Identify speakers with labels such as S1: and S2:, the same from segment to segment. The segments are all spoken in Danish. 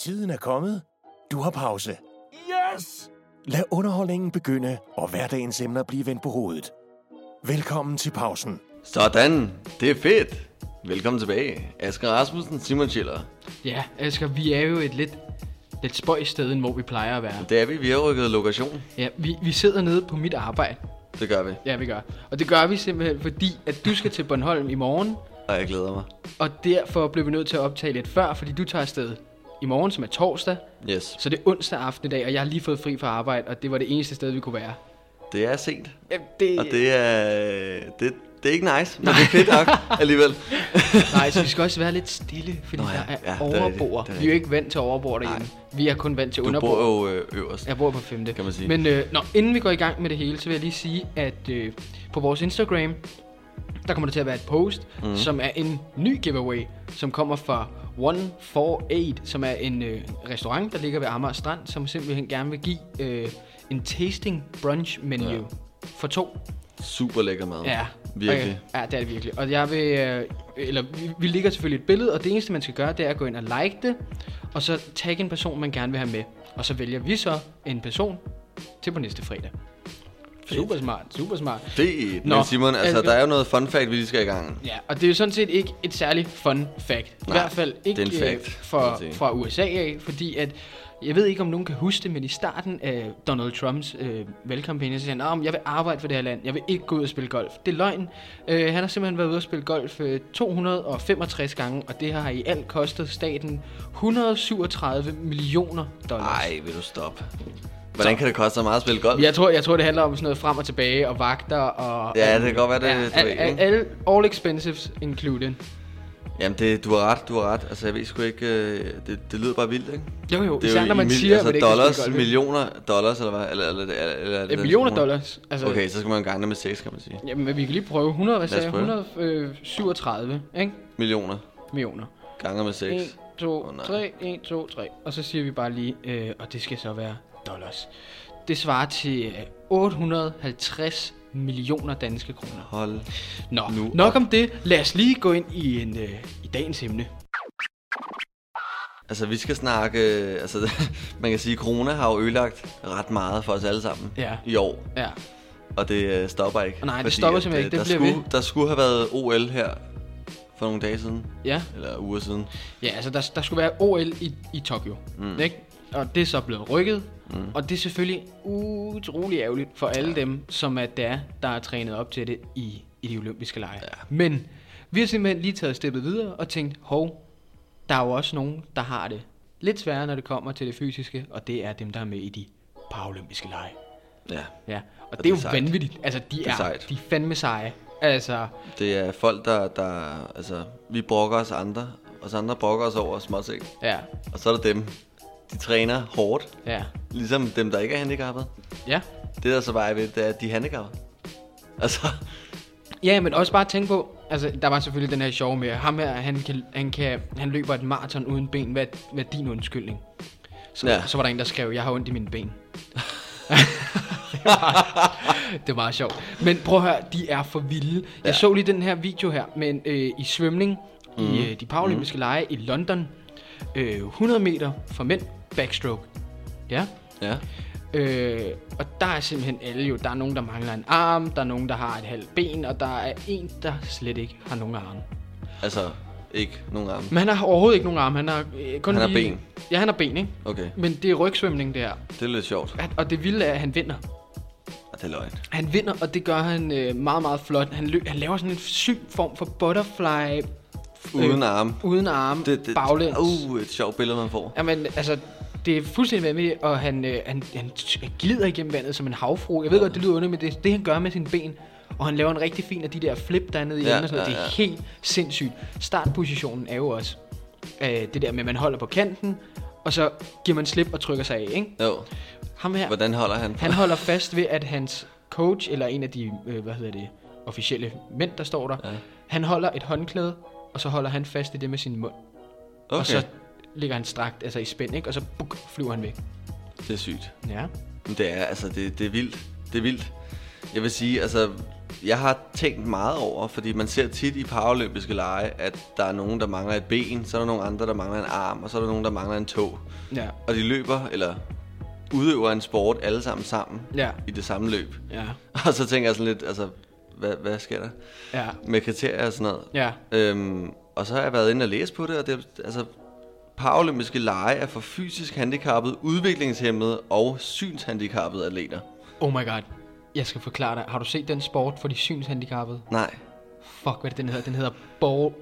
S1: Tiden er kommet. Du har pause.
S2: Yes!
S1: Lad underholdningen begynde, og hverdagens emner blive vendt på hovedet. Velkommen til pausen.
S3: Sådan, det er fedt. Velkommen tilbage. Asger Rasmussen, Simon Schiller.
S4: Ja, Asger, vi er jo et lidt, lidt spøjt sted, end hvor vi plejer at være.
S3: Det er vi. Vi har rykket lokation.
S4: Ja, vi, vi sidder nede på mit arbejde.
S3: Det gør vi.
S4: Ja, vi gør. Og det gør vi simpelthen, fordi at du skal til Bornholm i morgen,
S3: Og jeg glæder mig.
S4: og derfor blev vi nødt til at optage lidt før, fordi du tager afsted i morgen, som er torsdag.
S3: Yes.
S4: Så det er onsdag aften i dag, og jeg har lige fået fri fra arbejde, og det var det eneste sted, vi kunne være.
S3: Det er sent.
S4: Ja, det...
S3: Og det er... Det, det er ikke nice, men det er fedt nok alligevel.
S4: Nej, så vi skal også være lidt stille, fordi Nå, ja, der er ja,
S3: det er
S4: overboer.
S3: rigtigt, det er
S4: vi er jo ikke vant til overboer derhjemme. Nej. Vi er kun vant til
S3: Du
S4: underboer.
S3: bor jo øh, øverst.
S4: Jeg bor på femte.
S3: Kan man sige.
S4: Men øh, nå, inden vi går i gang med det hele, så vil jeg lige sige, at øh, på vores Instagram, der kommer der til at være et post,
S3: Mhm.
S4: mm. som er en ny giveaway, som kommer fra 148, som er en øh, restaurant, der ligger ved Amager Strand, som simpelthen gerne vil give øh, en tasting brunch menu ja. for to.
S3: Super lækker mad.
S4: Ja.
S3: Virkelig.
S4: Okay. Ja, det er det virkelig. Og jeg vil, øh, eller vi, vi ligger selvfølgelig et billede, og det eneste, man skal gøre, det er at gå ind og like det, og så tagge en person, man gerne vil have med. Og så vælger vi så en person til på næste fredag. Super smart, super smart.
S3: Det
S4: Nå,
S3: er Simon, altså
S4: altså-
S3: der er jo noget fun fact, vi lige skal i gang.
S4: Ja, og det er jo sådan set ikke et særligt fun fact. I
S3: Nej,
S4: hvert fald ikke
S3: det er en
S4: øh,
S3: fact, kan man
S4: fra,
S3: sige.
S4: fra USA af, fordi at, jeg ved ikke om nogen kan huske det, men i starten af Donald Trumps øh, valgkampagne, så siger han, at jeg vil arbejde for det her land, jeg vil ikke gå ud og spille golf. Det er løgn. Øh, han har simpelthen været ude og spille golf øh, 265 gange, og det har i alt kostet staten 137 millioner dollars.
S3: Ej, vil du stoppe. Hvordan kan det koste så meget at spille golf?
S4: Jeg tror, jeg tror, det handler om sådan noget frem og tilbage og vagter og...
S3: Ja, det kan godt være, det-
S4: Ja,
S3: du ved,
S4: al,
S3: ikke?
S4: al, al, all expenses included.
S3: Jamen, det, du har ret, du har ret. Altså, jeg ved sgu ikke... øh, Det, det lyder bare vildt, ikke?
S4: Jo, jo,
S3: Det er
S4: især
S3: jo
S4: når
S3: i
S4: man
S3: mil-
S4: siger,
S3: altså
S4: at man ikke
S3: dollars,
S4: skal spille golf.
S3: millioner dollars, eller hvad? Eller, eller, eller, eller,
S4: Ja,
S3: eller
S4: millioner
S3: kroner.
S4: dollars. Altså,
S3: Okay, så skal man gange det med 6, kan man sige.
S4: Jamen, vi kan lige prøve. 100, hvad
S3: Lad os
S4: sagde jeg? 137, ikke?
S3: Millioner
S4: Millioner.
S3: ganger med 6.
S4: 1, 2,
S3: Åh, nej.
S4: 3, 1, 2, 3. Og så siger vi bare lige, øh, og det skal så være dollars. Det svarer til øh, 850 millioner danske kroner.
S3: Hold.
S4: Nå,
S3: Nu
S4: nok
S3: op.
S4: om det. Lad os lige gå ind i, en, øh, i dagens emne.
S3: Altså, vi skal snakke... øh, Altså, man kan sige, at corona har jo ødelagt ret meget for os alle sammen
S4: Ja.
S3: i år.
S4: Ja,
S3: Og det øh, stopper ikke.
S4: Og nej, det
S3: fordi
S4: stopper
S3: at,
S4: simpelthen
S3: øh,
S4: ikke. Det
S3: der
S4: bliver
S3: skulle, Der skulle have været OL her for nogle dage siden.
S4: ja.
S3: Eller uger siden.
S4: Ja, altså der, der skulle være OL i, i Tokyo, mm. ikke? Og det er så blevet rykket, mm. og det er selvfølgelig utrolig ærgerligt for alle dem, som er der, der er trænet op til det i, i de olympiske lege. Ja. Men vi har simpelthen lige taget steppet videre og tænkt, hov, der er jo også nogen, der har det lidt sværere, når det kommer til det fysiske, og det er dem, der er med i de paralympiske lege.
S3: Ja.
S4: Ja, og, og det,
S3: det
S4: er jo
S3: er sejt.
S4: vanvittigt. Altså, de
S3: er
S4: er, er
S3: sejt.
S4: de er fandme seje. Altså,
S3: Det er folk, der... der altså, vi brokker os andre. Os andre brokker os over småting.
S4: ja,
S3: Og så er der dem. De træner hårdt.
S4: ja,
S3: Ligesom dem, der ikke er handicappede.
S4: ja.
S3: Det, der så bare er ved, det er, at de er handicappede. Altså,
S4: Ja, men også bare tænke på, altså der var selvfølgelig den her sjov med, ham her, han, kan, han, kan, han løber et maraton uden ben, hvad, hvad er din undskyldning? Så, ja.
S3: Ja.
S4: så var der en, der skrev, jeg har ondt i mine ben. det, var, det var meget sjovt. Men prøv at høre, de er for vilde. Jeg
S3: Ja.
S4: så lige den her video her, men øh, i svømning, mm. i øh, de paralympiske mm. lege i London, øh, 100 meter for mænd, backstroke. Ja,
S3: ja.
S4: Øh, og der er simpelthen alle jo, der er nogen, der mangler en arm, der er nogen, der har et halvt ben, og der er en, der slet ikke har nogen arme.
S3: Altså, ikke nogen arme.
S4: Men han har overhovedet ikke nogen arme, han har øh, kun
S3: Han har
S4: lige...
S3: ben.
S4: Ja, han har ben, ikke?
S3: Okay,
S4: Men det er rygsvømning, det her.
S3: det er lidt sjovt.
S4: At- Og det vilde er, at han vinder.
S3: Og det er løgn.
S4: Han vinder, og det gør han øh, meget, meget flot. Han, løb, han laver sådan en syg form for butterfly... øh,
S3: Uden arme.
S4: Uden arme,
S3: Det, det,
S4: baglæns.
S3: Uh, et sjovt billede, man får.
S4: Jamen, altså, det er fuldstændig vanvittigt, og han, øh, han, han glider igennem vandet som en havfru. Jeg ved godt, det lyder underligt, men det er det, han gør med sine ben. Og han laver en rigtig fin af de der flip dernede i
S3: Ja,
S4: ja, og sådan noget.
S3: ja,
S4: Det er helt sindssygt. Startpositionen er jo også øh, det der med, at man holder på kanten, og så giver man slip og trykker sig af, ikke?
S3: Jo,
S4: Ham her,
S3: hvordan holder han?
S4: han holder fast ved, at hans coach, eller en af de, øh, hvad hedder det, officielle mænd, der står der, ja. han holder et håndklæde, og så holder han fast i det med sin mund. Okay. Og
S3: Okay,
S4: så ligger han strakt, altså i spænd, ikke? Og så buk, flyver han væk.
S3: det er sygt.
S4: Ja.
S3: Men Det er, altså, det, det er vildt. Det er vildt. Jeg vil sige, altså, jeg har tænkt meget over, fordi man ser tit i paralympiske lege, at der er nogen, der mangler et ben, så er der nogen andre, der mangler en arm, og så er der nogen, der mangler en tog.
S4: Ja.
S3: Og de løber, eller udøver en sport alle sammen sammen
S4: Ja.
S3: i det samme løb.
S4: Ja.
S3: Og så tænker jeg sådan lidt, altså, hvad, hvad sker der
S4: Ja.
S3: med kriterier og sådan noget?
S4: Ja.
S3: Øhm, og så har jeg været inde og læse på det, og det er, altså, paralympiske lege er for fysisk handicappede, udviklingshemmede og synshandicappede atleter.
S4: Oh my god. Jeg skal forklare dig. Har du set den sport for de synshandicappede?
S3: Nej.
S4: Fuck, hvad er det, den hedder? Den hedder ball,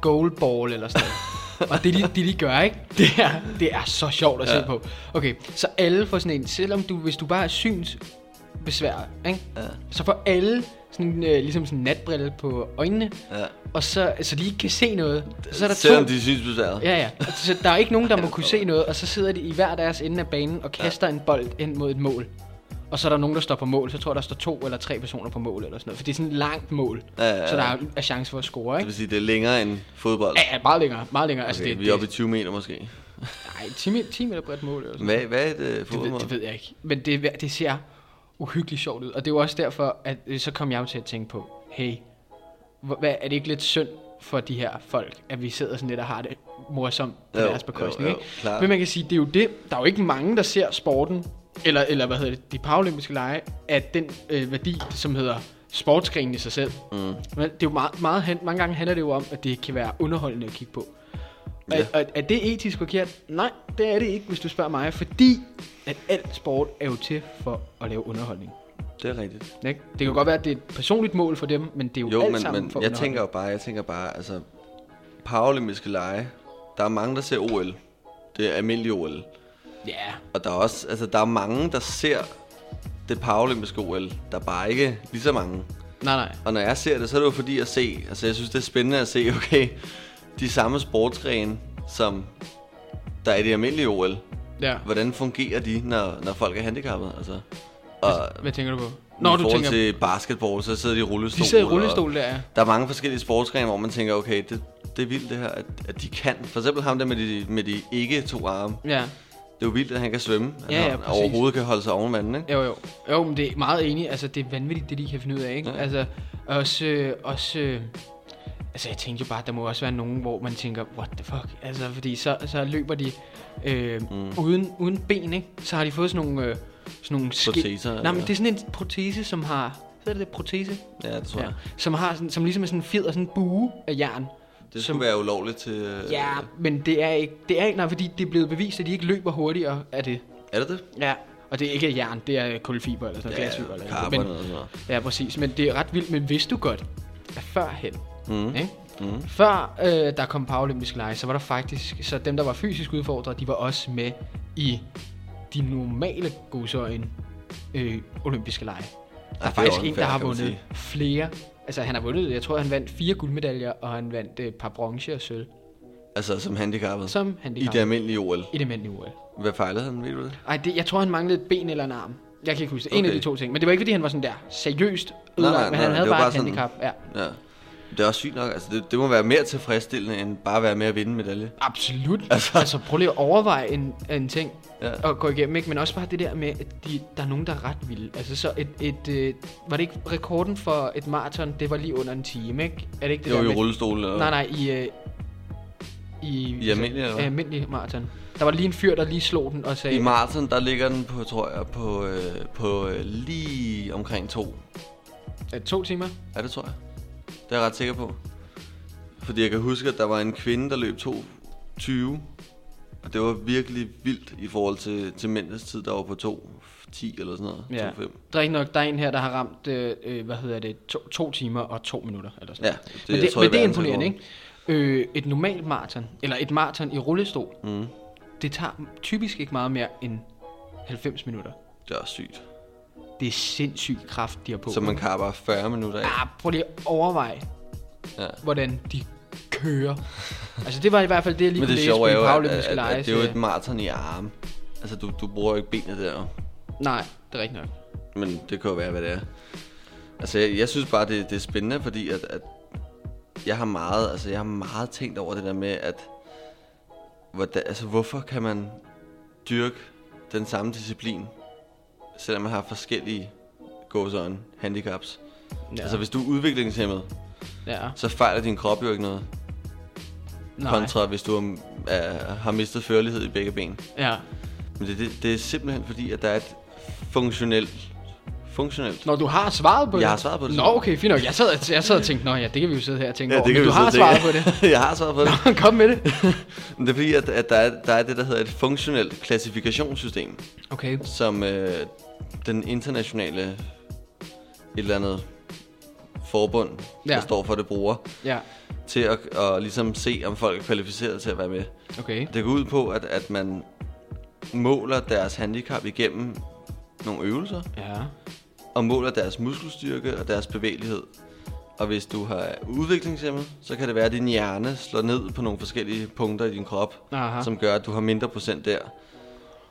S4: goalball eller sådan noget. Og det de, det, de gør, ikke? Det er, det er så sjovt at ja. se på. Okay, så alle får sådan en, selvom du, hvis du bare er synsbesværet, ikke? Ja. Så får alle sådan en, øh, ligesom sådan en natbrille på øjnene,
S3: Ja.
S4: og så, så de ikke kan se noget. Så er der
S3: Selvom
S4: to,
S3: de synes besværet.
S4: Ja, ja. Så der er ikke nogen, der må kunne se noget, og så sidder de i hver deres ende af banen og kaster ja. en bold ind mod et mål. Og så er der nogen, der står på mål, så tror jeg, der står to eller tre personer på mål eller sådan noget. For det er sådan et langt mål,
S3: Ja, ja, ja.
S4: så der er, er chance for at score,
S3: Det
S4: ikke?
S3: vil sige, det er længere end fodbold.
S4: Ja, ja, meget længere, meget længere. Okay, altså,
S3: Okay,
S4: det,
S3: vi er oppe i
S4: det,
S3: 20 meter måske.
S4: nej, 10, meter, 10 meter bredt mål eller sådan
S3: Hvad, hvad er et uh,
S4: det ved,
S3: fodboldmål?
S4: det ved jeg ikke. Men det, er- det ser uhyggeligt sjovt ud. Og det er jo også derfor, at øh, så kom jeg jo til at tænke på, hey, hvor- hvad, er det ikke lidt synd for de her folk, at vi sidder sådan lidt og har det morsomt på
S3: Jo,
S4: deres bekostning,
S3: jo, jo,
S4: ikke?
S3: klart.
S4: Men man kan sige, det er jo det, der er jo ikke mange, der ser sporten, eller, eller hvad hedder det, de paralympiske lege, at den øh, værdi, som hedder sportsgrenen i sig selv. Mm. Men det er jo meget, meget, hen- mange gange handler det jo om, at det kan være underholdende at kigge på. Ja. Er, er, er det etisk forkert? Nej, det er det ikke, hvis du spørger mig, fordi at al sport er jo til for at lave underholdning.
S3: Det er rigtigt.
S4: Ikke? Det kan godt være, at det er et personligt mål for dem, men det er jo,
S3: Jo,
S4: alt
S3: men,
S4: sammen
S3: men
S4: for
S3: jeg
S4: underholdning.
S3: tænker jo bare, jeg tænker bare, altså, paralympiske lege, der er mange, der ser OL. Det er almindelig OL.
S4: Ja,
S3: Og der er også, altså, der er mange, der ser det paralympiske OL. Der er bare ikke lige så mange.
S4: nej nej.
S3: Og når jeg ser det, så er det jo fordi at se, altså jeg synes, det er spændende at se, okay, de samme sportsgrene, som der er i det almindelige OL,
S4: Ja.
S3: hvordan fungerer de, når, når folk er handicappede? Altså, og
S4: Hvad tænker du på?
S3: Nå,
S4: Nå,
S3: i
S4: du
S3: forhold
S4: tænker,
S3: tænker... til basketball, så sidder de i rullestol.
S4: de sidder i
S3: og-
S4: rullestol der, ja.
S3: Der er mange forskellige sportsgrene, hvor man tænker, okay, det, det er vildt det her, at, at de kan. For eksempel ham der med de, med de ikke to arme.
S4: Ja,
S3: Det er jo vildt, at han kan svømme. At
S4: Ja, ja,
S3: han
S4: præcis.
S3: overhovedet kan holde sig oven vandet, ikke?
S4: jo jo. Jo, men det er meget enig. Altså, det er vanvittigt, det de kan finde ud af, ikke?
S3: Ja.
S4: Ja. Altså, også... Øh, også øh, altså, jeg tænkte jo bare, at der må også være nogen, hvor man tænker, what the fuck? Altså, fordi så, så løber de øh, mm. uden, uden ben, ikke? Så har de fået sådan nogle... Øh, sådan nogle ske-
S3: Proteser,
S4: Nej, men
S3: eller-
S4: det er sådan en protese, som har... Hedder det det? protese?
S3: Ja, det tror ja. jeg.
S4: Som, har sådan, som ligesom er sådan en fjed og sådan en bue af jern.
S3: Det
S4: som-
S3: skulle være ulovligt til... øh,
S4: Ja, men det er ikke... Det er ikke... Nej, fordi det er blevet bevist, at de ikke løber hurtigere af det.
S3: Er det det?
S4: Ja, og det er ikke af jern, det er kulfiber eller sådan noget, glasfiber eller sådan
S3: karbon
S4: noget.
S3: eller sådan noget.
S4: Ja, præcis, men det er ret vildt, men vidste du godt, at førhen, mm. Ikke? Mm. før øh, der kom paralympisk lege, så var der faktisk, så dem der var fysisk udfordret, de var også med i de normale godseøjne øh, olympiske lege. Der er
S3: det er
S4: faktisk
S3: jo
S4: en, der har
S3: unfair, kan man
S4: vundet flere, altså han har vundet, jeg tror han vandt fire guldmedaljer, og han vandt øh, et par bronze og sølv,
S3: Altså, som handicappet.
S4: som
S3: I det
S4: handicap
S3: almindelige OL.
S4: i det mandlige OL.
S3: Hvad fejlede han, ved du det?
S4: Ej, det, jeg tror, han manglede et ben eller en arm. Jeg kan ikke huske det. En okay. af
S3: Okay.
S4: de to ting. Men det var ikke, fordi han var sådan der seriøst
S3: Nej, nej,
S4: ødelagt, men
S3: nej,
S4: han
S3: nej,
S4: havde
S3: det var
S4: bare
S3: bare
S4: et
S3: sådan-
S4: handicap. Ja,
S3: Ja. Det er også sygt nok. Altså, det, det må være mere tilfredsstillende, end bare at være med at vinde en medalje.
S4: absolut. Altså. altså, prøv lige at overveje en, en ting
S3: Ja.
S4: ja. at gå igennem, ikke? Men også bare det der med, at de, der er nogen, der er ret vilde. Altså, så et, et øh, var det ikke rekorden for et maraton, det var lige under en time, ikke? Er det ikke
S3: Det
S4: det
S3: var
S4: der
S3: jo i
S4: med-
S3: rullestol. Eller?
S4: Nej, nej, i... Øh, i,
S3: I almindelig, eller hvad?
S4: øh, almindelig maraton. Der var lige en fyr, der lige slog den og sagde...
S3: I maraton, der ligger den på, tror jeg, på, øh, på øh, lige omkring to.
S4: øh, to timer?
S3: Ja, det tror jeg. Det er jeg ret sikker på. Fordi jeg kan huske, at der var en kvinde, der løb 2.20. Og det var virkelig vildt i forhold til, til mændenes tid, der var på 2.10 eller sådan noget.
S4: Ja.
S3: 2.5.
S4: Der er ikke nok, der er en her, der har ramt, øh, øh, hvad hedder det, to, to timer og to minutter, eller sådan
S3: Ja,
S4: noget.
S3: det-
S4: Men
S3: jeg
S4: det,
S3: tror,
S4: men
S3: det
S4: det
S3: er
S4: er imponerende, ikke? Øh, et normalt maraton, eller et maraton i rullestol, mm. det tager typisk ikke meget mere end 90 minutter.
S3: Det er også sygt.
S4: Det er sindssygt kraft, de har på.
S3: Så man kapper 40 minutter af.
S4: Ah, prøv lige at overveje,
S3: Ja.
S4: hvordan de kører. altså, det var i hvert fald det, jeg lige
S3: Men
S4: kunne
S3: det
S4: læse på
S3: sjove er
S4: de
S3: jo, at,
S4: paralympiske
S3: at,
S4: lege.
S3: at det er jo
S4: så-
S3: et maraton i arme. Altså, du, du bruger jo ikke benet der. jo.
S4: Nej, det er rigtigt nok.
S3: Men det kan jo være, hvad det er. Altså, jeg, jeg synes bare, det, det er spændende, fordi at, at jeg har meget, altså, jeg har meget tænkt over det der med, at hvordan, altså, hvorfor kan man dyrke den samme disciplin, selvom man har forskellige gåsøjne, handicaps.
S4: Ja.
S3: Altså, hvis du er udviklingshemmet,
S4: Ja,
S3: så fejler din krop jo ikke noget.
S4: nej.
S3: Kontra, hvis du er, er, har mistet førlighed i begge ben.
S4: Ja.
S3: Men det, det, det er simpelthen fordi, at der er et funktionelt... Funktionelt...
S4: Når du har svaret på det?
S3: Jeg har svaret på det.
S4: Nå, okay, fint nok. Jeg sad, og- jeg sad og tænkte, nå ja, det kan vi jo sidde her og tænke over.
S3: kan
S4: Men
S3: vi
S4: du
S3: så
S4: har
S3: se.
S4: svaret på det.
S3: jeg har svaret på det.
S4: Kom med det.
S3: Men det er fordi, at, at der, er, der er det, der hedder et funktionelt klassifikationssystem,
S4: Okay.
S3: som øh, den internationale et eller andet forbund, ja.
S4: Ja.
S3: der står for det, bruger
S4: Ja,
S3: til at, at ligesom se, om folk er kvalificeret til at være med.
S4: okay.
S3: Det går ud på, at, at man måler deres handicap igennem nogle øvelser,
S4: Ja.
S3: og måler deres muskelstyrke og deres bevægelighed. Og hvis du har udviklingshemmet, så kan det være, at din hjerne slår ned på nogle forskellige punkter i din krop,
S4: Aha. Ah.
S3: som gør, at du har mindre procent der.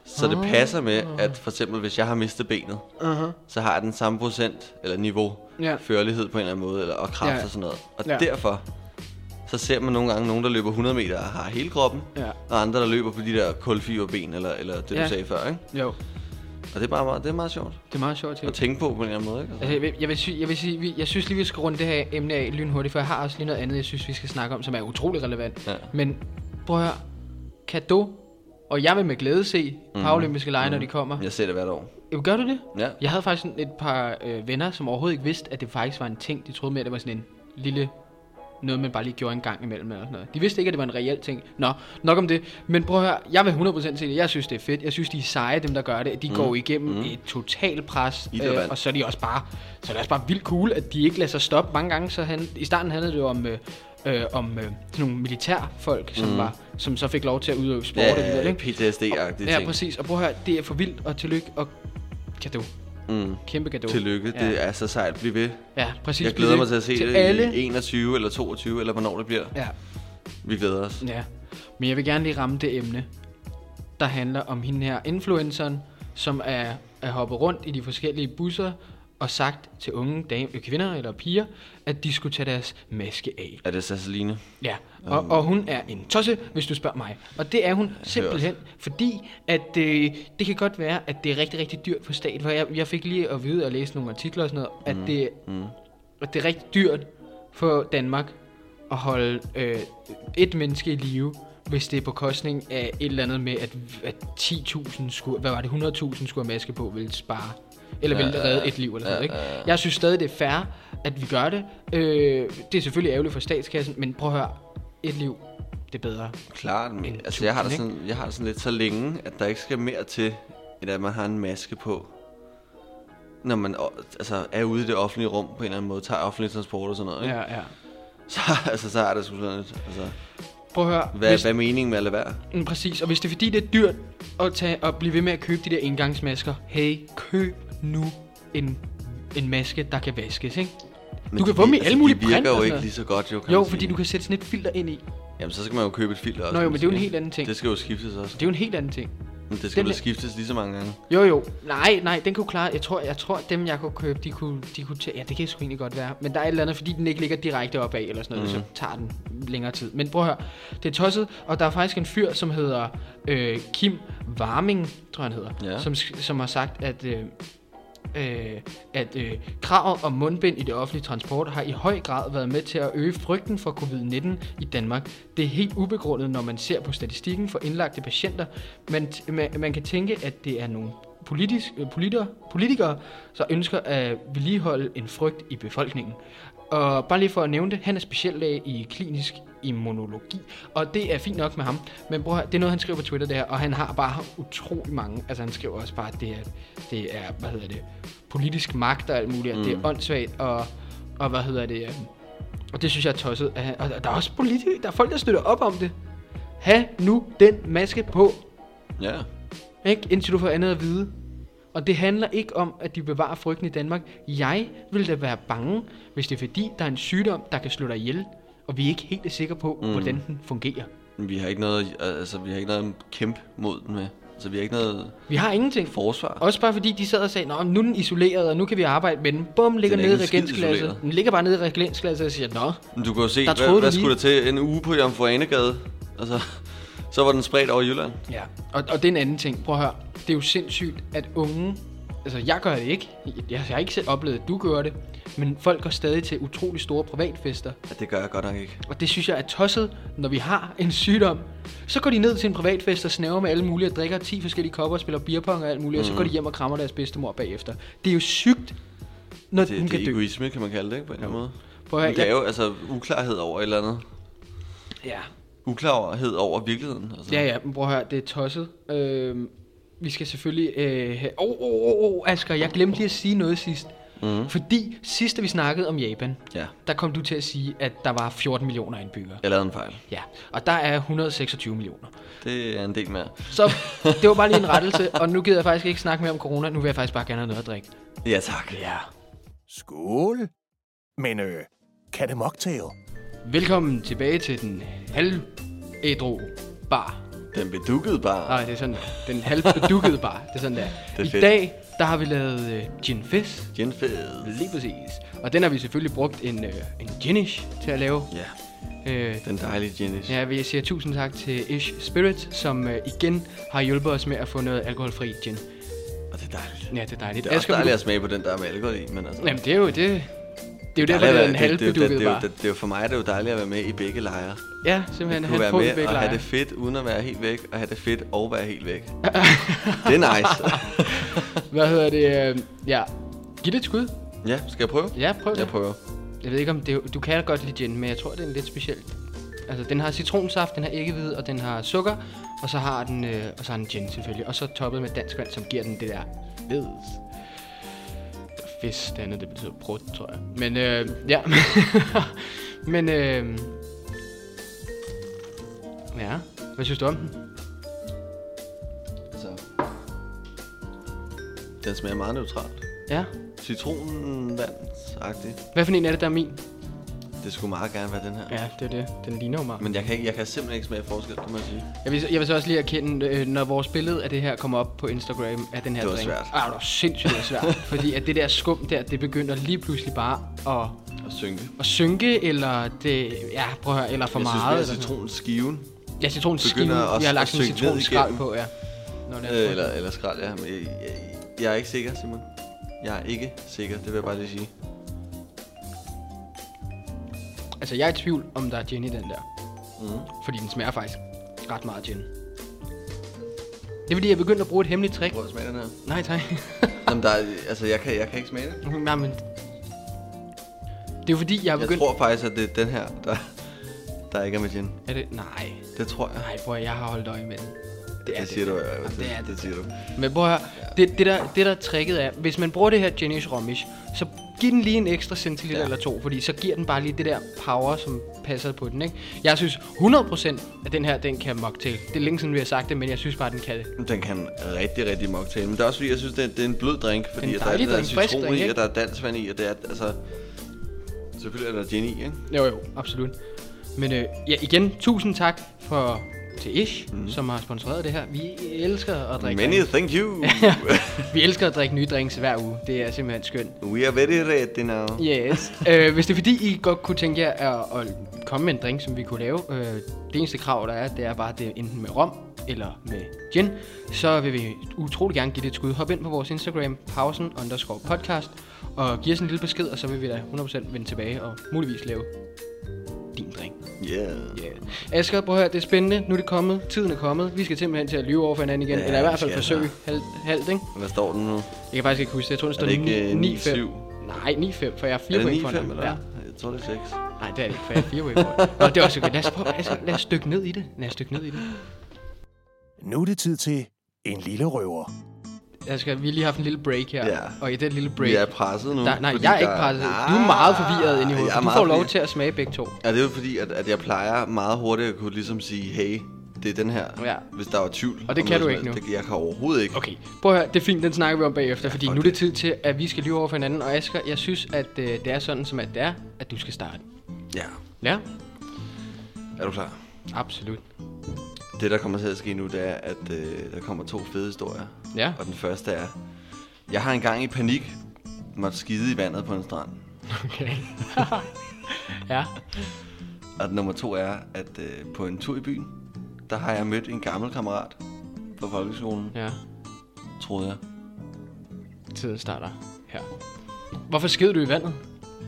S3: Så det passer med, at for eksempel, hvis jeg har mistet benet,
S4: Uh-huh.
S3: så har jeg den samme procent eller niveau
S4: Ja.
S3: førlighed på en eller anden måde, eller, og kraft
S4: Ja.
S3: og sådan noget. Og
S4: Ja.
S3: derfor, så ser man nogle gange nogen, der løber 100 meter og har hele kroppen,
S4: Ja.
S3: og andre, der løber på de der kulfiberben, eller, eller det, du
S4: Ja.
S3: sagde før, ikke?
S4: Jo,
S3: Og det er bare meget, det er meget sjovt
S4: det er meget sjovt til.
S3: at tænke på på en eller anden måde, ikke?
S4: Altså, jeg, vil, jeg, vil sige, jeg vil sige, vi- jeg synes lige, vi skal runde det her emne af lynhurtigt, for jeg har også lige noget andet, jeg synes, vi skal snakke om, som er utrolig relevant.
S3: Ja.
S4: Men prøv at høre, Kado, og jeg vil med glæde se
S3: Mm.
S4: paralympiske lege, når de kommer.
S3: Jeg ser det hvert år.
S4: Jamen, Gør du det?
S3: Ja.
S4: Jeg havde faktisk sådan et par øh, venner, som overhovedet ikke vidste, at det faktisk var en ting. De troede mere, at det var sådan en lille noget, man bare lige gjorde en gang imellem. Eller sådan noget. De vidste ikke, at det var en reel ting. Nå, nok om det. Men prøv at høre, jeg vil 100% se det. Jeg synes, det er fedt. Jeg synes, de er seje, dem der gør det. De mm. går igennem mm. et totalt pres. øh,
S3: Ild og vand.
S4: og så er de også bare, så er det også bare vildt cool, at de ikke lader sig stoppe. Mange gange, så han, i starten handlede det jo om... Øh, øh, om øh, sådan nogle militærfolk, som, mm. var, som så fik lov til at udøve sport. og det,
S3: Ja,
S4: ikke?
S3: PTSD-agtige
S4: Ja,
S3: ting.
S4: præcis. Og prøv at høre, det er for vildt, og tillykke, og kado.
S3: Mm.
S4: Kæmpe gave.
S3: Tillykke,
S4: ja.
S3: det er så sejt. Bliv ved.
S4: Ja, præcis.
S3: Jeg glæder mig til at se
S4: til
S3: det
S4: alle.
S3: i 21 eller 22, eller hvornår det bliver.
S4: Ja,
S3: Vi glæder os.
S4: ja. Men jeg vil gerne lige ramme det emne, der handler om hende her influenceren, som er, er hoppet rundt i de forskellige busser og sagt til unge dame, øh, kvinder eller piger, at de skulle tage deres maske af.
S3: Er det Sasseline?
S4: Ja,
S3: Mm.
S4: og, og hun er en tosse, hvis du spørger mig. Og det er hun simpelthen, fordi at øh, det kan godt være, at det er rigtig, rigtig dyrt for stat. For jeg, jeg fik lige at vide og læse nogle artikler og sådan noget,
S3: Mm.
S4: at, det, at det er rigtig dyrt for Danmark at holde øh, et menneske i live, hvis det er på kostning af et eller andet med, at, at 10.000 skulle, hvad var det, 100.000 skulle have maske på, ville spare. Eller ville
S3: Ja,
S4: ja,
S3: ja,
S4: redde et liv eller sådan
S3: ja,
S4: noget, ikke?
S3: ja, ja.
S4: Jeg synes stadig, det er fair, at vi gør det. Øh, det er selvfølgelig ærgerligt for statskassen, men prøv at høre. Et liv, det er bedre.
S3: Klart, men
S4: En
S3: altså, jeg har, det
S4: tusind,
S3: sådan, jeg har det sådan lidt så længe, at der ikke skal mere til, end at man har en maske på. Når man o- altså, er ude i det offentlige rum på en eller anden måde, tager offentlig transport og sådan noget, ikke?
S4: ja.
S3: Så, altså, så er det sgu sådan lidt, altså,
S4: Prøv at høre.
S3: hvad,
S4: hvis,
S3: hvad er meningen med at lade være?
S4: Mm, Præcis, og hvis det er fordi, det er dyrt at, tage, at blive ved med at købe de der engangsmasker, hey, køb nu en, en maske, der kan vaskes, ikke?
S3: Men
S4: du kan
S3: de
S4: få dem i
S3: vir-
S4: alle mulige
S3: De virker
S4: print og
S3: jo
S4: sådan
S3: ikke
S4: noget.
S3: lige så godt, jo, kan
S4: Jo,
S3: man
S4: fordi
S3: sige.
S4: du kan sætte sådan et filter ind i.
S3: Jamen, så skal man jo købe et filter også.
S4: Nå
S3: kan
S4: jo, men
S3: man
S4: det er jo en
S3: sige,
S4: helt anden ting.
S3: Det skal jo skiftes også.
S4: Det er jo en helt anden ting.
S3: Men det skal
S4: Den
S3: jo
S4: her-
S3: skiftes lige så mange gange.
S4: Jo jo, nej, nej, den kunne klare, jeg tror, jeg tror at dem jeg kunne købe, de kunne, de kunne tage, ja det kan sgu egentlig godt være, men der er et eller andet, fordi den ikke ligger direkte opad eller sådan noget, mm. så tager den længere tid. Men prøv at høre, det er tosset, og der er faktisk en fyr, som hedder øh, Kim Warming, tror jeg, han hedder,
S3: Ja.
S4: som, sk- som har sagt, at, øh, øh, at øh, kravet om mundbind i det offentlige transport har i høj grad været med til at øge frygten for covid-19 i Danmark. Det er helt ubegrundet, når man ser på statistikken for indlagte patienter. Man, t- man, man kan tænke, at det er nogle politisk, øh, politer, politikere, som ønsker at vedligeholde en frygt i befolkningen. Og bare lige for at nævne det, han er speciallæge i klinisk immunologi, og det er fint nok med ham, men bror, det er noget, han skriver på Twitter der, og han har bare utrolig mange, altså han skriver også bare, at det er, det er hvad hedder det, politisk magt og alt muligt, mm. og det er åndssvagt, og, og hvad hedder det, øhm, og det synes jeg er tosset, at han- og der- der er også politikere, der er folk, der støtter op om det. Ha' nu den maske på,
S3: Ja.
S4: ikke? Indtil du får andet at vide. Og det handler ikke om, at de bevarer frygten i Danmark. Jeg vil da være bange, hvis det er fordi, der er en sygdom, der kan slå dig ihjel, og vi er ikke helt sikre på, mm. hvordan den fungerer.
S3: Men Vi har ikke noget, altså, vi har ikke noget at kæmpe mod den med. Altså, vi har ikke noget
S4: Vi har ingenting.
S3: forsvar.
S4: Også bare fordi de sad og sagde, Nå, nu er den isoleret, og nu kan vi arbejde med den. Bum, ligger
S3: Den er
S4: nede i
S3: ikke en skid
S4: regensglasset.
S3: isoleret.
S4: Den ligger bare nede i regensglasset og siger, Nå,
S3: Men Du kan jo se,
S4: Der
S3: hvad,
S4: troede du
S3: hvad
S4: lige-
S3: skulle der til en uge på Jomfru Anegade? Altså, så var den spredt over Jylland.
S4: Ja, og, og det er en anden ting. Prøv at høre. Det er jo sindssygt, at unge altså jeg gør det ikke. Jeg, jeg har ikke selv oplevet, at du gør det. Men folk går stadig til utrolig store privatfester.
S3: Ja, det gør jeg godt nok ikke.
S4: Og det synes jeg er tosset, når vi har en sygdom. Så går de ned til en privatfest og snæver med alle mulige og drikker 10 forskellige kopper og spiller beerpong og alt muligt. Mm. Og så går de
S3: Mhm.
S4: hjem og krammer deres bedstemor bagefter. Det er jo sygt, når
S3: Det,
S4: hun
S3: det
S4: kan
S3: er
S4: dø.
S3: egoisme, kan man kalde det, ikke? På en eller anden måde.
S4: Prøv at
S3: Men
S4: høre,
S3: det er
S4: jeg,
S3: jo altså uklarhed over et eller andet.
S4: ja,
S3: Uklarhed over virkeligheden. Altså.
S4: ja, ja, men prøv at høre, det er tosset. Øh, vi skal selvfølgelig... øh, have- Åh, øh, oh, oh, oh, oh, Asger, jeg glemte lige at sige noget sidst.
S3: Mhm.
S4: Mm. Fordi sidst, da vi snakkede om Japan,
S3: ja.
S4: der kom du til at sige, at der var 14 millioner indbyggere.
S3: Jeg lavede en fejl.
S4: Ja, og der er 126 millioner.
S3: Det er en del mere.
S4: Så det var bare lige en rettelse, og nu gider jeg faktisk ikke snakke mere om corona. Nu vil jeg faktisk bare gerne have noget at drikke.
S3: Ja, tak.
S4: Ja.
S1: Skål. Men øh, kan det mocktail?
S4: Velkommen tilbage til den halv ædru bar.
S3: Den bedukkede bare.
S4: Nej, det er sådan, den halvbedukkede bar. Det er sådan der.
S3: er
S4: I
S3: fedt.
S4: dag, der har vi lavet øh, gin fizz.
S3: Genfed.
S4: Lige præcis. Og den har vi selvfølgelig brugt en, øh, en ginish til at lave.
S3: Ja,
S4: Øh,
S3: den dejlige Jennis.
S4: ja, vi siger tusind tak til Ish Spirit, som øh, igen har hjulpet os med at få noget alkoholfri gin.
S3: Og det er dejligt.
S4: Ja, det er dejligt.
S3: Det er også
S4: Asger, vil
S3: dejligt
S4: du-
S3: at smage på den, der er med alkohol i, men altså...
S4: Jamen, det er jo det. Det er jo
S3: det er
S4: derfor,
S3: dejligt
S4: det
S3: at-
S4: er en
S3: det- det- det-
S4: halvbedukket
S3: det-
S4: bar.
S3: det- Det er jo for mig, det er jo dejligt at være med i begge lejre.
S4: Ja, simpelthen.
S3: Kunne
S4: Han
S3: være
S4: på i
S3: med
S4: begge
S3: og have det
S4: lejre.
S3: fedt, uden at være helt væk, og have det fedt og være helt væk. det er nice.
S4: Hvad hedder det? øh, Ja, giv det et skud.
S3: ja, skal jeg prøve?
S4: Ja, prøv
S3: Jeg
S4: det.
S3: prøver.
S4: Jeg ved ikke, om det, du kan godt lide gin, men jeg tror, den er lidt speciel. Altså, den har citronsaft, den har æggehvide, og den har sukker, og så har den, øh, og så har den gin selvfølgelig. Og så toppet med dansk vand, som giver den det der feds. Fisk, det andet, det betyder brud, tror jeg. Men øh, ja. men øh, ja, hvad synes du om den?
S3: Altså, den smager meget neutralt.
S4: Ja.
S3: Citronvandsagtig.
S4: Hvad for en er det, der er min?
S3: Det skulle meget gerne være den her.
S4: Ja, det er det. Den ligner jo mig.
S3: Men jeg kan, ikke, jeg kan simpelthen ikke smage forskel, det må jeg sige.
S4: Jeg vil, jeg vil så også lige erkende, øh, når vores billede af det her kommer op på Instagram, af den her
S3: Det var
S4: drink.
S3: svært.
S4: Ah, det var sindssygt det var svært. fordi at det der skum der, det begynder lige pludselig bare at,
S3: Og synke.
S4: at synke, eller det, ja, prøv at høre, eller for
S3: jeg
S4: meget.
S3: synes,
S4: eller
S3: mere
S4: sådan
S3: citronskiven.
S4: noget. Ja, citronskiven.
S3: begynder
S4: Vi
S3: også
S4: har
S3: at
S4: lagt sådan en
S3: synke ned
S4: citronskrald
S3: igennem.
S4: på, ja. Når det er
S3: Øh, eller, eller skrald, ja. Men jeg, jeg, jeg er ikke sikker, Simon. Jeg er ikke sikker, det vil jeg bare lige sige.
S4: Altså, jeg er i tvivl, om der er gin i den der.
S3: Mhm.
S4: Mm. Fordi den smager faktisk ret meget af gin. Det er fordi, jeg er begyndt at bruge et hemmeligt trick.
S3: Prøv at smage den her.
S4: Nej, tak.
S3: Jamen, der, er- altså, jeg kan, jeg kan ikke smage det.
S4: Nej, men... Det er jo fordi, jeg
S3: Jeg
S4: er begyndt...
S3: tror faktisk, at det er den her, der, der ikke er med gin.
S4: Er det... Nej.
S3: Det tror jeg.
S4: Nej, bror, jeg har holdt øje med den.
S3: Det, det siger du. Ja, det,
S4: det er det.
S3: det siger du.
S4: Men bror, det, det, der, det der tricket er, hvis man bruger det her Jenny's Romish, så giv den lige en ekstra centiliter ja.
S3: Ja.
S4: eller to, fordi så giver den bare lige det der power, som passer på den, ikke? Jeg synes 100% at den her, den kan mocktail. Det er længe siden, vi har sagt det, men jeg synes bare, den kan det.
S3: Den kan rigtig, rigtig mocktail. Men det er også fordi, jeg synes, det er, det er en blød drink. Fordi
S4: en
S3: at der er
S4: dejlig
S3: det der
S4: drink, frisk
S3: citron
S4: drink,
S3: i,
S4: ikke?
S3: og der er dansvand i, og det er, altså... Selvfølgelig er der gin i, ikke?
S4: Jo, jo, absolut. Men øh, ja, igen, tusind tak for til Ish, mm. som har sponsoreret det her. Vi elsker at drikke
S3: Mhm. Many thank
S4: drinks.
S3: you.
S4: Vi elsker at drikke nye drinks hver uge. Det er simpelthen skønt.
S3: We are very ready now.
S4: Yes. øh, hvis det er fordi, I godt kunne tænke jer at, at komme med en drink, som vi kunne lave, øh, det eneste krav, der er, det er bare, at det er enten med rom eller med gin, så vil vi utrolig gerne give det et skud. Hop ind på vores Instagram, pausen underscore podcast, og giv os en lille besked, og så vil vi da 100% vende tilbage og muligvis lave din drink.
S3: Yeah.
S4: Yeah. Asger, prøv at høre, det er spændende. Nu er det kommet. Tiden er kommet. Vi skal simpelthen til at lyve over for hinanden igen. Ja,
S3: Ja,
S4: eller i hvert fald
S3: vi skal
S4: forsøge halvt, halvt, ikke?
S3: Hvad står den nu?
S4: Jeg kan faktisk ikke huske det. Jeg tror, det
S3: Er
S4: står
S3: det ikke øh,
S4: 9, 5.
S3: 9-7?
S4: Nej, 9-5, for jeg er
S3: Er
S4: 4
S3: det
S4: point for
S3: 9-5 eller
S4: Ja.
S3: hvad? Jeg tror, det er 6.
S4: Nej, det er det ikke, for jeg er 4 point for Nå, det er også okay. Lad os, prøve, lad, os, lad os dykke ned i det. Lad os dykke ned i det.
S1: Nu er det tid til en lille røver.
S4: Jeg skal, vi har lige haft en lille break her.
S3: Ja.
S4: Og i den lille break...
S3: Vi er presset nu.
S4: der, nej,
S3: fordi
S4: jeg er ikke
S3: der-
S4: presset.
S3: Nej,
S4: Du er meget forvirret inde i hovedet.
S3: jeg er
S4: for Du
S3: meget
S4: får lov
S3: forvirret.
S4: til at smage begge to.
S3: Ja, det er jo fordi, at, at jeg plejer meget hurtigt at kunne ligesom sige, hey, det er den her,
S4: Ja.
S3: hvis der var tvivl.
S4: Og det
S3: om
S4: kan
S3: noget
S4: du
S3: som
S4: ikke
S3: helst.
S4: nu.
S3: Det, jeg kan overhovedet ikke.
S4: Okay, prøv at høre, det er fint, den snakker vi om bagefter, fordi
S3: fuck
S4: nu er det tid til, at vi skal lyve over for hinanden. Og Asger, jeg synes, at øh, det er sådan, som at det er, at du skal starte.
S3: Ja,
S4: Ja,
S3: er du klar?
S4: absolut.
S3: Det, der kommer til at ske nu, det er, at øh, der kommer to fede historier.
S4: Ja.
S3: Og den første er, jeg har engang i panik måtte skide i vandet på en strand.
S4: Okay. ja.
S3: Og den nummer to er, at øh, på en tur i byen, der har jeg mødt en gammel kammerat fra folkeskolen,
S4: Ja.
S3: troede jeg.
S4: tiden starter her. Hvorfor sked du i vandet?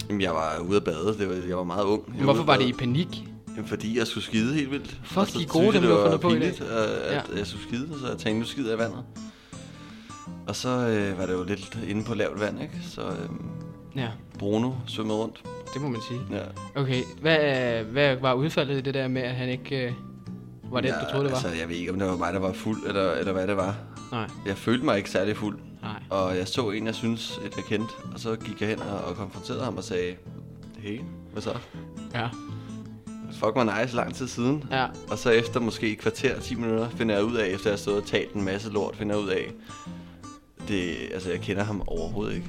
S3: Jamen, jeg var ude at bade. Det var, jeg var meget ung. Jeg
S4: Hvorfor
S3: ude at
S4: var det
S3: bade.
S4: i panik?
S3: Jamen, fordi jeg skulle skide helt vildt.
S4: Fuck,
S3: Og så
S4: I er
S3: syntes
S4: gode,
S3: jeg,
S4: dem,
S3: det
S4: du har
S3: var
S4: fundet på i dag.
S3: pinligt, øh, At,
S4: Ja.
S3: ja. jeg skulle skide, så jeg tænkte, nu skider jeg i vandet. Og så øh, var det jo lidt inde på lavt vand, ikke? Så øh,
S4: Ja,
S3: Bruno svømmede rundt.
S4: det må man sige.
S3: Ja.
S4: Okay, hvad, hvad var udfaldet i det der med, at han ikke øh, var den, du troede, det var?
S3: Altså, jeg ved ikke, om det var mig, der var fuld, eller, eller hvad det var.
S4: Nej,
S3: Jeg følte mig ikke særlig fuld.
S4: nej.
S3: Og jeg så en, jeg synes, et jeg kendte. Og så gik jeg hen og, og konfronterede ham og sagde, hey, hvad så?
S4: Ja,
S3: Fuck mig nice lang tid siden.
S4: ja.
S3: Og så efter måske et kvarter, 10 minutter, finder jeg ud af, efter jeg har stået og talt en masse lort, finder jeg ud af, det, altså jeg kender ham overhovedet ikke.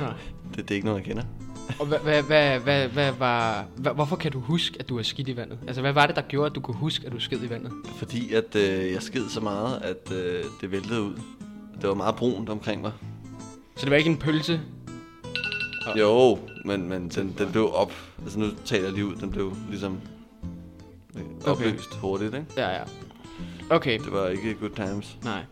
S4: Nej.
S3: Det, det er ikke noget, jeg kender.
S4: Og hvad, hvad, hvad, hvad, hvad var... Hvad, hvorfor kan du huske, at du er skidt i vandet? Altså, hvad var det, der gjorde, at du kunne huske, at du sked i vandet?
S3: Fordi at øh, jeg sked så meget, at øh, det væltede ud. Det var meget brunt omkring mig.
S4: Så det var ikke en pølse?
S3: Jo, men, men den, den blev op. Altså nu taler jeg lige ud, den blev ligesom øh, opløst hurtigt, ikke?
S4: Ja, ja. Okay,
S3: Det var ikke good times.
S4: nej.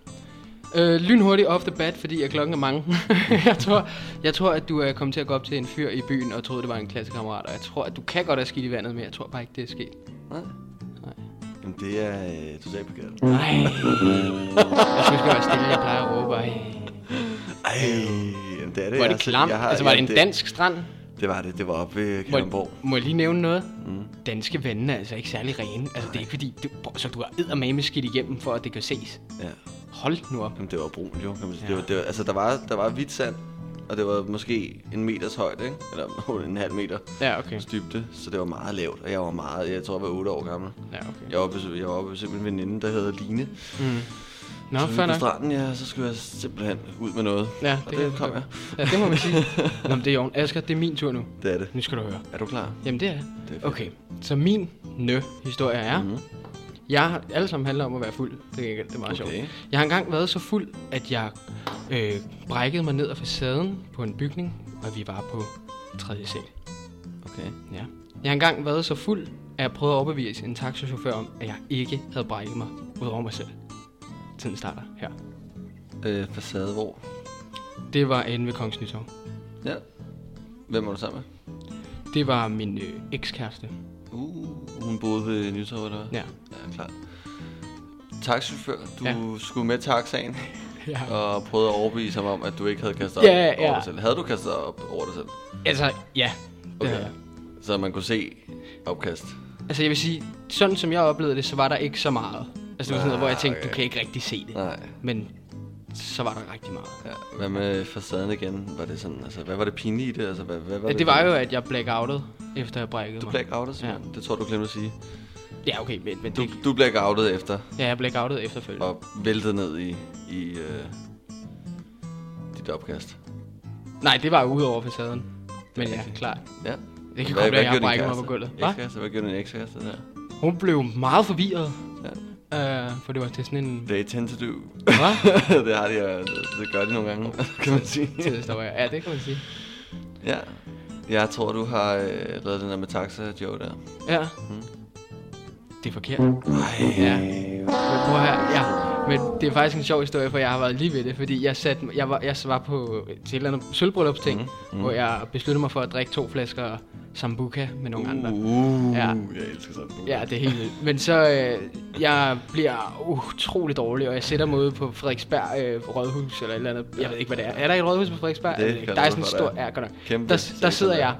S4: Øh, lynhurtigt off the bat, fordi jeg klokken er mange. jeg, tror, jeg tror, at du er kommet til at gå op til en fyr i byen og troede, det var en klassekammerat. Og jeg tror, at du kan godt have skidt i vandet, men jeg tror bare ikke, det er sket.
S3: Nej.
S4: Nej.
S3: Jamen det er øh, totalt forkert.
S4: Nej. jeg synes, jeg var stille. Jeg plejer at råbe. Ej.
S3: Ej, jamen, det er det.
S4: Var
S3: altså.
S4: det klamt?
S3: Jeg har-
S4: Altså, var det
S3: jamen,
S4: en dansk strand?
S3: Det var det. Det var oppe ved
S4: Må,
S3: Kalundborg.
S4: må jeg lige nævne noget? Mm. Danske vande er altså ikke særlig rene. Altså, det er ikke fordi, du, bro, så du har eddermame skidt igennem, for at det kan ses.
S3: Ja.
S4: Hold nu op.
S3: Jamen, det var brunt jo. Kan man sige. Det var, det var, altså, der var, der var hvidt sand, og det var måske en meters højde, ikke? Eller en halv meter
S4: Ja, okay.
S3: dybde, så det var meget lavt. Og jeg var meget, jeg tror, jeg var 8 år gammel.
S4: Ja, okay.
S3: Jeg var oppe, jeg var oppe ved min veninde, der hedder Line. Så
S4: Nå,
S3: vi
S4: fair
S3: på
S4: nok.
S3: stranden, ja, så skulle jeg simpelthen ud med noget.
S4: Ja,
S3: og
S4: det
S3: det,
S4: kan
S3: kom
S4: jeg
S3: jeg.
S4: Ja, det må man sige. Nå, men det er Jorden. Asger, det er min tur nu.
S3: Det er det.
S4: Nu skal du høre.
S3: Er du klar?
S4: Jamen, det er
S3: Det er
S4: det.
S3: fedt.
S4: Okay, så min nø-historie er...
S3: Mhm.
S4: Mm. Jeg har alle sammen handler om at være fuld. Det er, det er meget
S3: Okay.
S4: sjovt. Jeg har engang været så fuld, at jeg øh, brækkede mig ned af facaden på en bygning, og vi var på tredje sal.
S3: Okay.
S4: Ja. Jeg har engang været så fuld, at jeg prøvede at overbevise en taxachauffør om, at jeg ikke havde brækket mig ud over mig selv. Tiden starter her.
S3: Øh, facade hvor?
S4: Det var inde ved Kongens Nytorv.
S3: Ja. Hvem var du sammen med?
S4: Det var min øh, ekskæreste.
S3: Uh, hun boede ved Nytorv, eller hvad?
S4: Ja.
S3: Ja, klart. Taxichauffør, du
S4: Ja.
S3: ja. skulle med taxaen
S4: ja.
S3: og prøvede at overbevise ham om, at du ikke havde kastet
S4: Ja,
S3: op over
S4: ja.
S3: dig selv. Havde du kastet op over dig selv?
S4: Altså, ja. Det
S3: Okay.
S4: havde jeg.
S3: Så man kunne se opkast.
S4: Altså, jeg vil sige, sådan som jeg oplevede det, så var der ikke så meget. Altså, det var sådan noget, hvor jeg tænkte, du kan ikke rigtig se det.
S3: Nej.
S4: Men så var der rigtig meget.
S3: Ja. Hvad med facaden igen? Var det sådan, altså, hvad var det pinlige i det? Altså, hvad, hvad var
S4: Ja,
S3: det?
S4: det var jo, at jeg blackoutede, efter jeg brækkede
S3: Du
S4: mig.
S3: blackoutet, simpelthen. Ja. Det tror du glemte at sige.
S4: Ja, okay, men, men
S3: Du,
S4: det...
S3: du blackoutet efter
S4: Ja, jeg blackoutede efterfølgende.
S3: og væltede ned i, i øh, dit opkast.
S4: Nej, det var jo ud over facaden. Men ja,
S3: rigtigt.
S4: klart.
S3: Ja.
S4: Det kan godt være, jeg har brækket mig på gulvet. Hva?
S3: Ekskæreste? Hvad gjorde din ekskæreste der?
S4: Hun blev meget forvirret.
S3: Ja.
S4: Øh, for det var til sådan en...
S3: They tend to do.
S4: Hvad?
S3: det har de, øh, det, det gør de nogle gange, kan man sige.
S4: Tidligst, der var jeg. Ja, det kan man sige.
S3: Ja. Jeg tror, du har øh, lavet den der med taxa, Joe, der.
S4: Ja. Det er forkert. Ja. Men prøv her. Ja. Men det er faktisk en sjov historie, for jeg har været lige ved det, fordi jeg, sat, jeg, var, jeg var på til et eller andet sølvbryllupsting, mm, mm. hvor jeg besluttede mig for at drikke to flasker Sambuca med nogle andre.
S3: Uh,
S4: Ja.
S3: jeg elsker sådan noget.
S4: Ja, det er helt vildt. Men så, øh, jeg bliver utrolig dårlig, og jeg sætter mig ude på Frederiksberg øh, Rådhus, eller et eller andet. Jeg ved ikke, hvad det er. Er der et rådhus på Frederiksberg?
S3: Det
S4: Jeg ved ikke.
S3: kan
S4: der er
S3: jeg
S4: sådan en
S3: godt
S4: stor...
S3: være.
S4: Ja, godt nok.
S3: Kæmpe
S4: Der, der
S3: sektor
S4: sidder
S3: der.
S4: jeg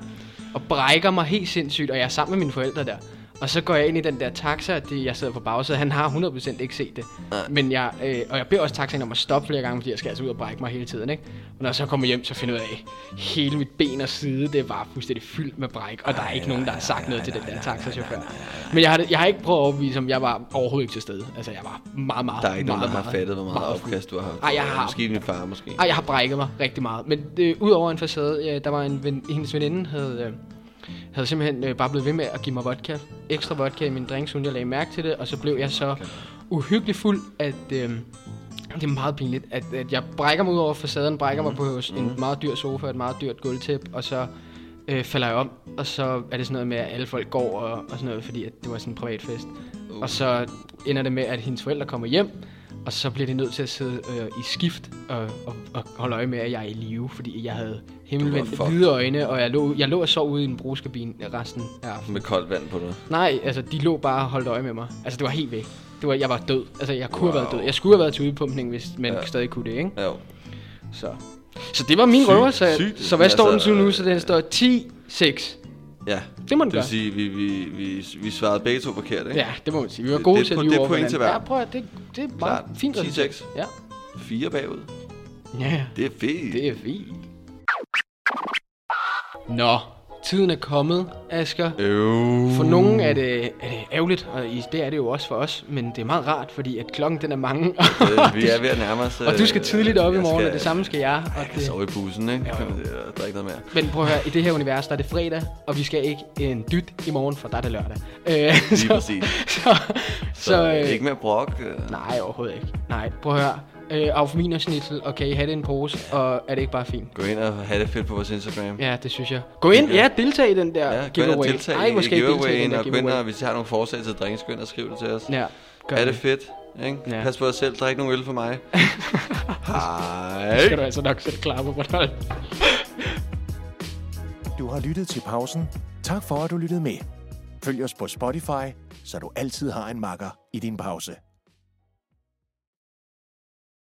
S4: og brækker mig helt sindssygt, og jeg er sammen med mine forældre der. Og så går jeg ind i den der taxa, og det, jeg sidder på bagsædet. Han har 100% ikke set det.
S3: Nej.
S4: Men jeg, øh, og jeg beder også taxaen om at stoppe flere gange, fordi jeg skal altså ud og brække mig hele tiden. Ikke? Og når jeg så kommer hjem, så finder jeg ud af, hele mit ben og side, det var fuldstændig fyldt med bræk. Og der er ikke nogen, der har sagt noget til den der taxachauffør. Men jeg har, jeg har ikke prøvet at overbevise, om jeg var overhovedet ikke til stede. Altså, jeg var meget, meget,
S3: Der er ikke
S4: meget,
S3: nogen, der har
S4: meget-
S3: fattet, hvor meget
S4: meget fuld.
S3: opkast du har haft.
S4: Ej, jeg har-
S3: Måske din far, måske.
S4: Ej, jeg har brækket mig rigtig meget. Men øh, udover en facade, øh, der var en ven, hendes veninde, havde, øh, havde simpelthen øh, bare blevet ved med at give mig vodka. Ekstra vodka i min drinks, uden jeg lagde mærke til det. Og så blev jeg så uhyggelig fuld, at... Øh, det er meget pinligt, at, at jeg brækker mig ud over facaden, brækker mig på s- en meget dyr sofa, et meget dyrt gulvtæp, og så øh, falder jeg om, og så er det sådan noget med, at alle folk går og, og sådan noget, fordi at det var sådan en privat fest. Og så ender det med, at hendes forældre kommer hjem, Og så bliver de nødt til at sidde øh, i skift og, og, og holde øje med, at jeg er i live, fordi jeg havde himmelvendt
S3: fucked.
S4: hvide øjne, og jeg lå, jeg lå og sov ude i en brugskabine resten af aftenen.
S3: Med koldt vand på dig.
S4: Nej, altså de lå bare og holdt øje med mig. Altså det var helt væk. Det var, jeg var død. Altså jeg kunne wow. have været død. Jeg skulle have været til udpumpning, hvis man ja. stadig kunne det, ikke?
S3: Ja, jo.
S4: Så, så det var min
S3: Sygt,
S4: røver, så,
S3: sygt.
S4: så hvad
S3: Altså,
S4: står den så nu?
S3: øh,
S4: Så den står 10-6.
S3: ja.
S4: Det må den
S3: Det vil
S4: gøre.
S3: sige, vi, vi, vi, vi svarede begge to forkert, ikke?
S4: Ja, det må man sige. Vi var
S3: Det-
S4: gode
S3: det er
S4: til at
S3: po-
S4: lyve
S3: det er
S4: over
S3: point
S4: hinanden.
S3: til hver.
S4: Ja, prøv at, det, det er
S3: Klart.
S4: bare fint. resultat.
S3: 10-6.
S4: Ja.
S3: Fire bagud.
S4: ja,
S3: Det er fedt.
S4: det er fint. Nå, tiden er kommet, Asger.
S3: Øv.
S4: For nogen er det, er det ærgerligt, og i- det er det jo også for os, men det er meget rart, fordi at klokken den er mange,
S3: Øh, vi er ved at nærme os.
S4: og du skal
S3: øh,
S4: tidligt op i
S3: jeg
S4: morgen,
S3: skal-
S4: og det samme skal jeg. Og
S3: Jeg kan
S4: det...
S3: sove i bussen, ikke?
S4: Jo, jo.
S3: Det er- Der er ikke noget mere.
S4: Men prøv at høre, i det her univers, der er det fredag, og vi skal ikke en dyt i morgen, for der er det lørdag. Øh,
S3: Lige præcis.
S4: Så, så,
S3: Så, så
S4: øh,
S3: ikke mere brok. øh.
S4: nej, overhovedet ikke. Nej, prøv at høre. Øh, Aufmin og snitsel, og kan I have det i en pose, og er det ikke bare fint?
S3: Gå ind og have det fedt på vores Instagram.
S4: Ja, det synes jeg. Gå ind, ja, deltag i den der
S3: Ja, gå ind og
S4: giveaway.
S3: deltag
S4: Ej,
S3: i-
S4: måske
S3: i
S4: ikke deltag i den
S3: giveawayen,
S4: der
S3: og gå ind
S4: giveaway.
S3: og hvis I har nogle forslag til drinks, gå ind og skriv det til os.
S4: Ja, gør
S3: er det fedt? Ikke?
S4: Ja.
S3: Pas på dig selv, drik nogle øl for mig. Hej.
S4: Skal du altså nok sætte klar på Bornholm.
S1: Du har lyttet til pausen. Tak for, at du lyttede med. Følg os på Spotify, så du altid har en makker i din pause.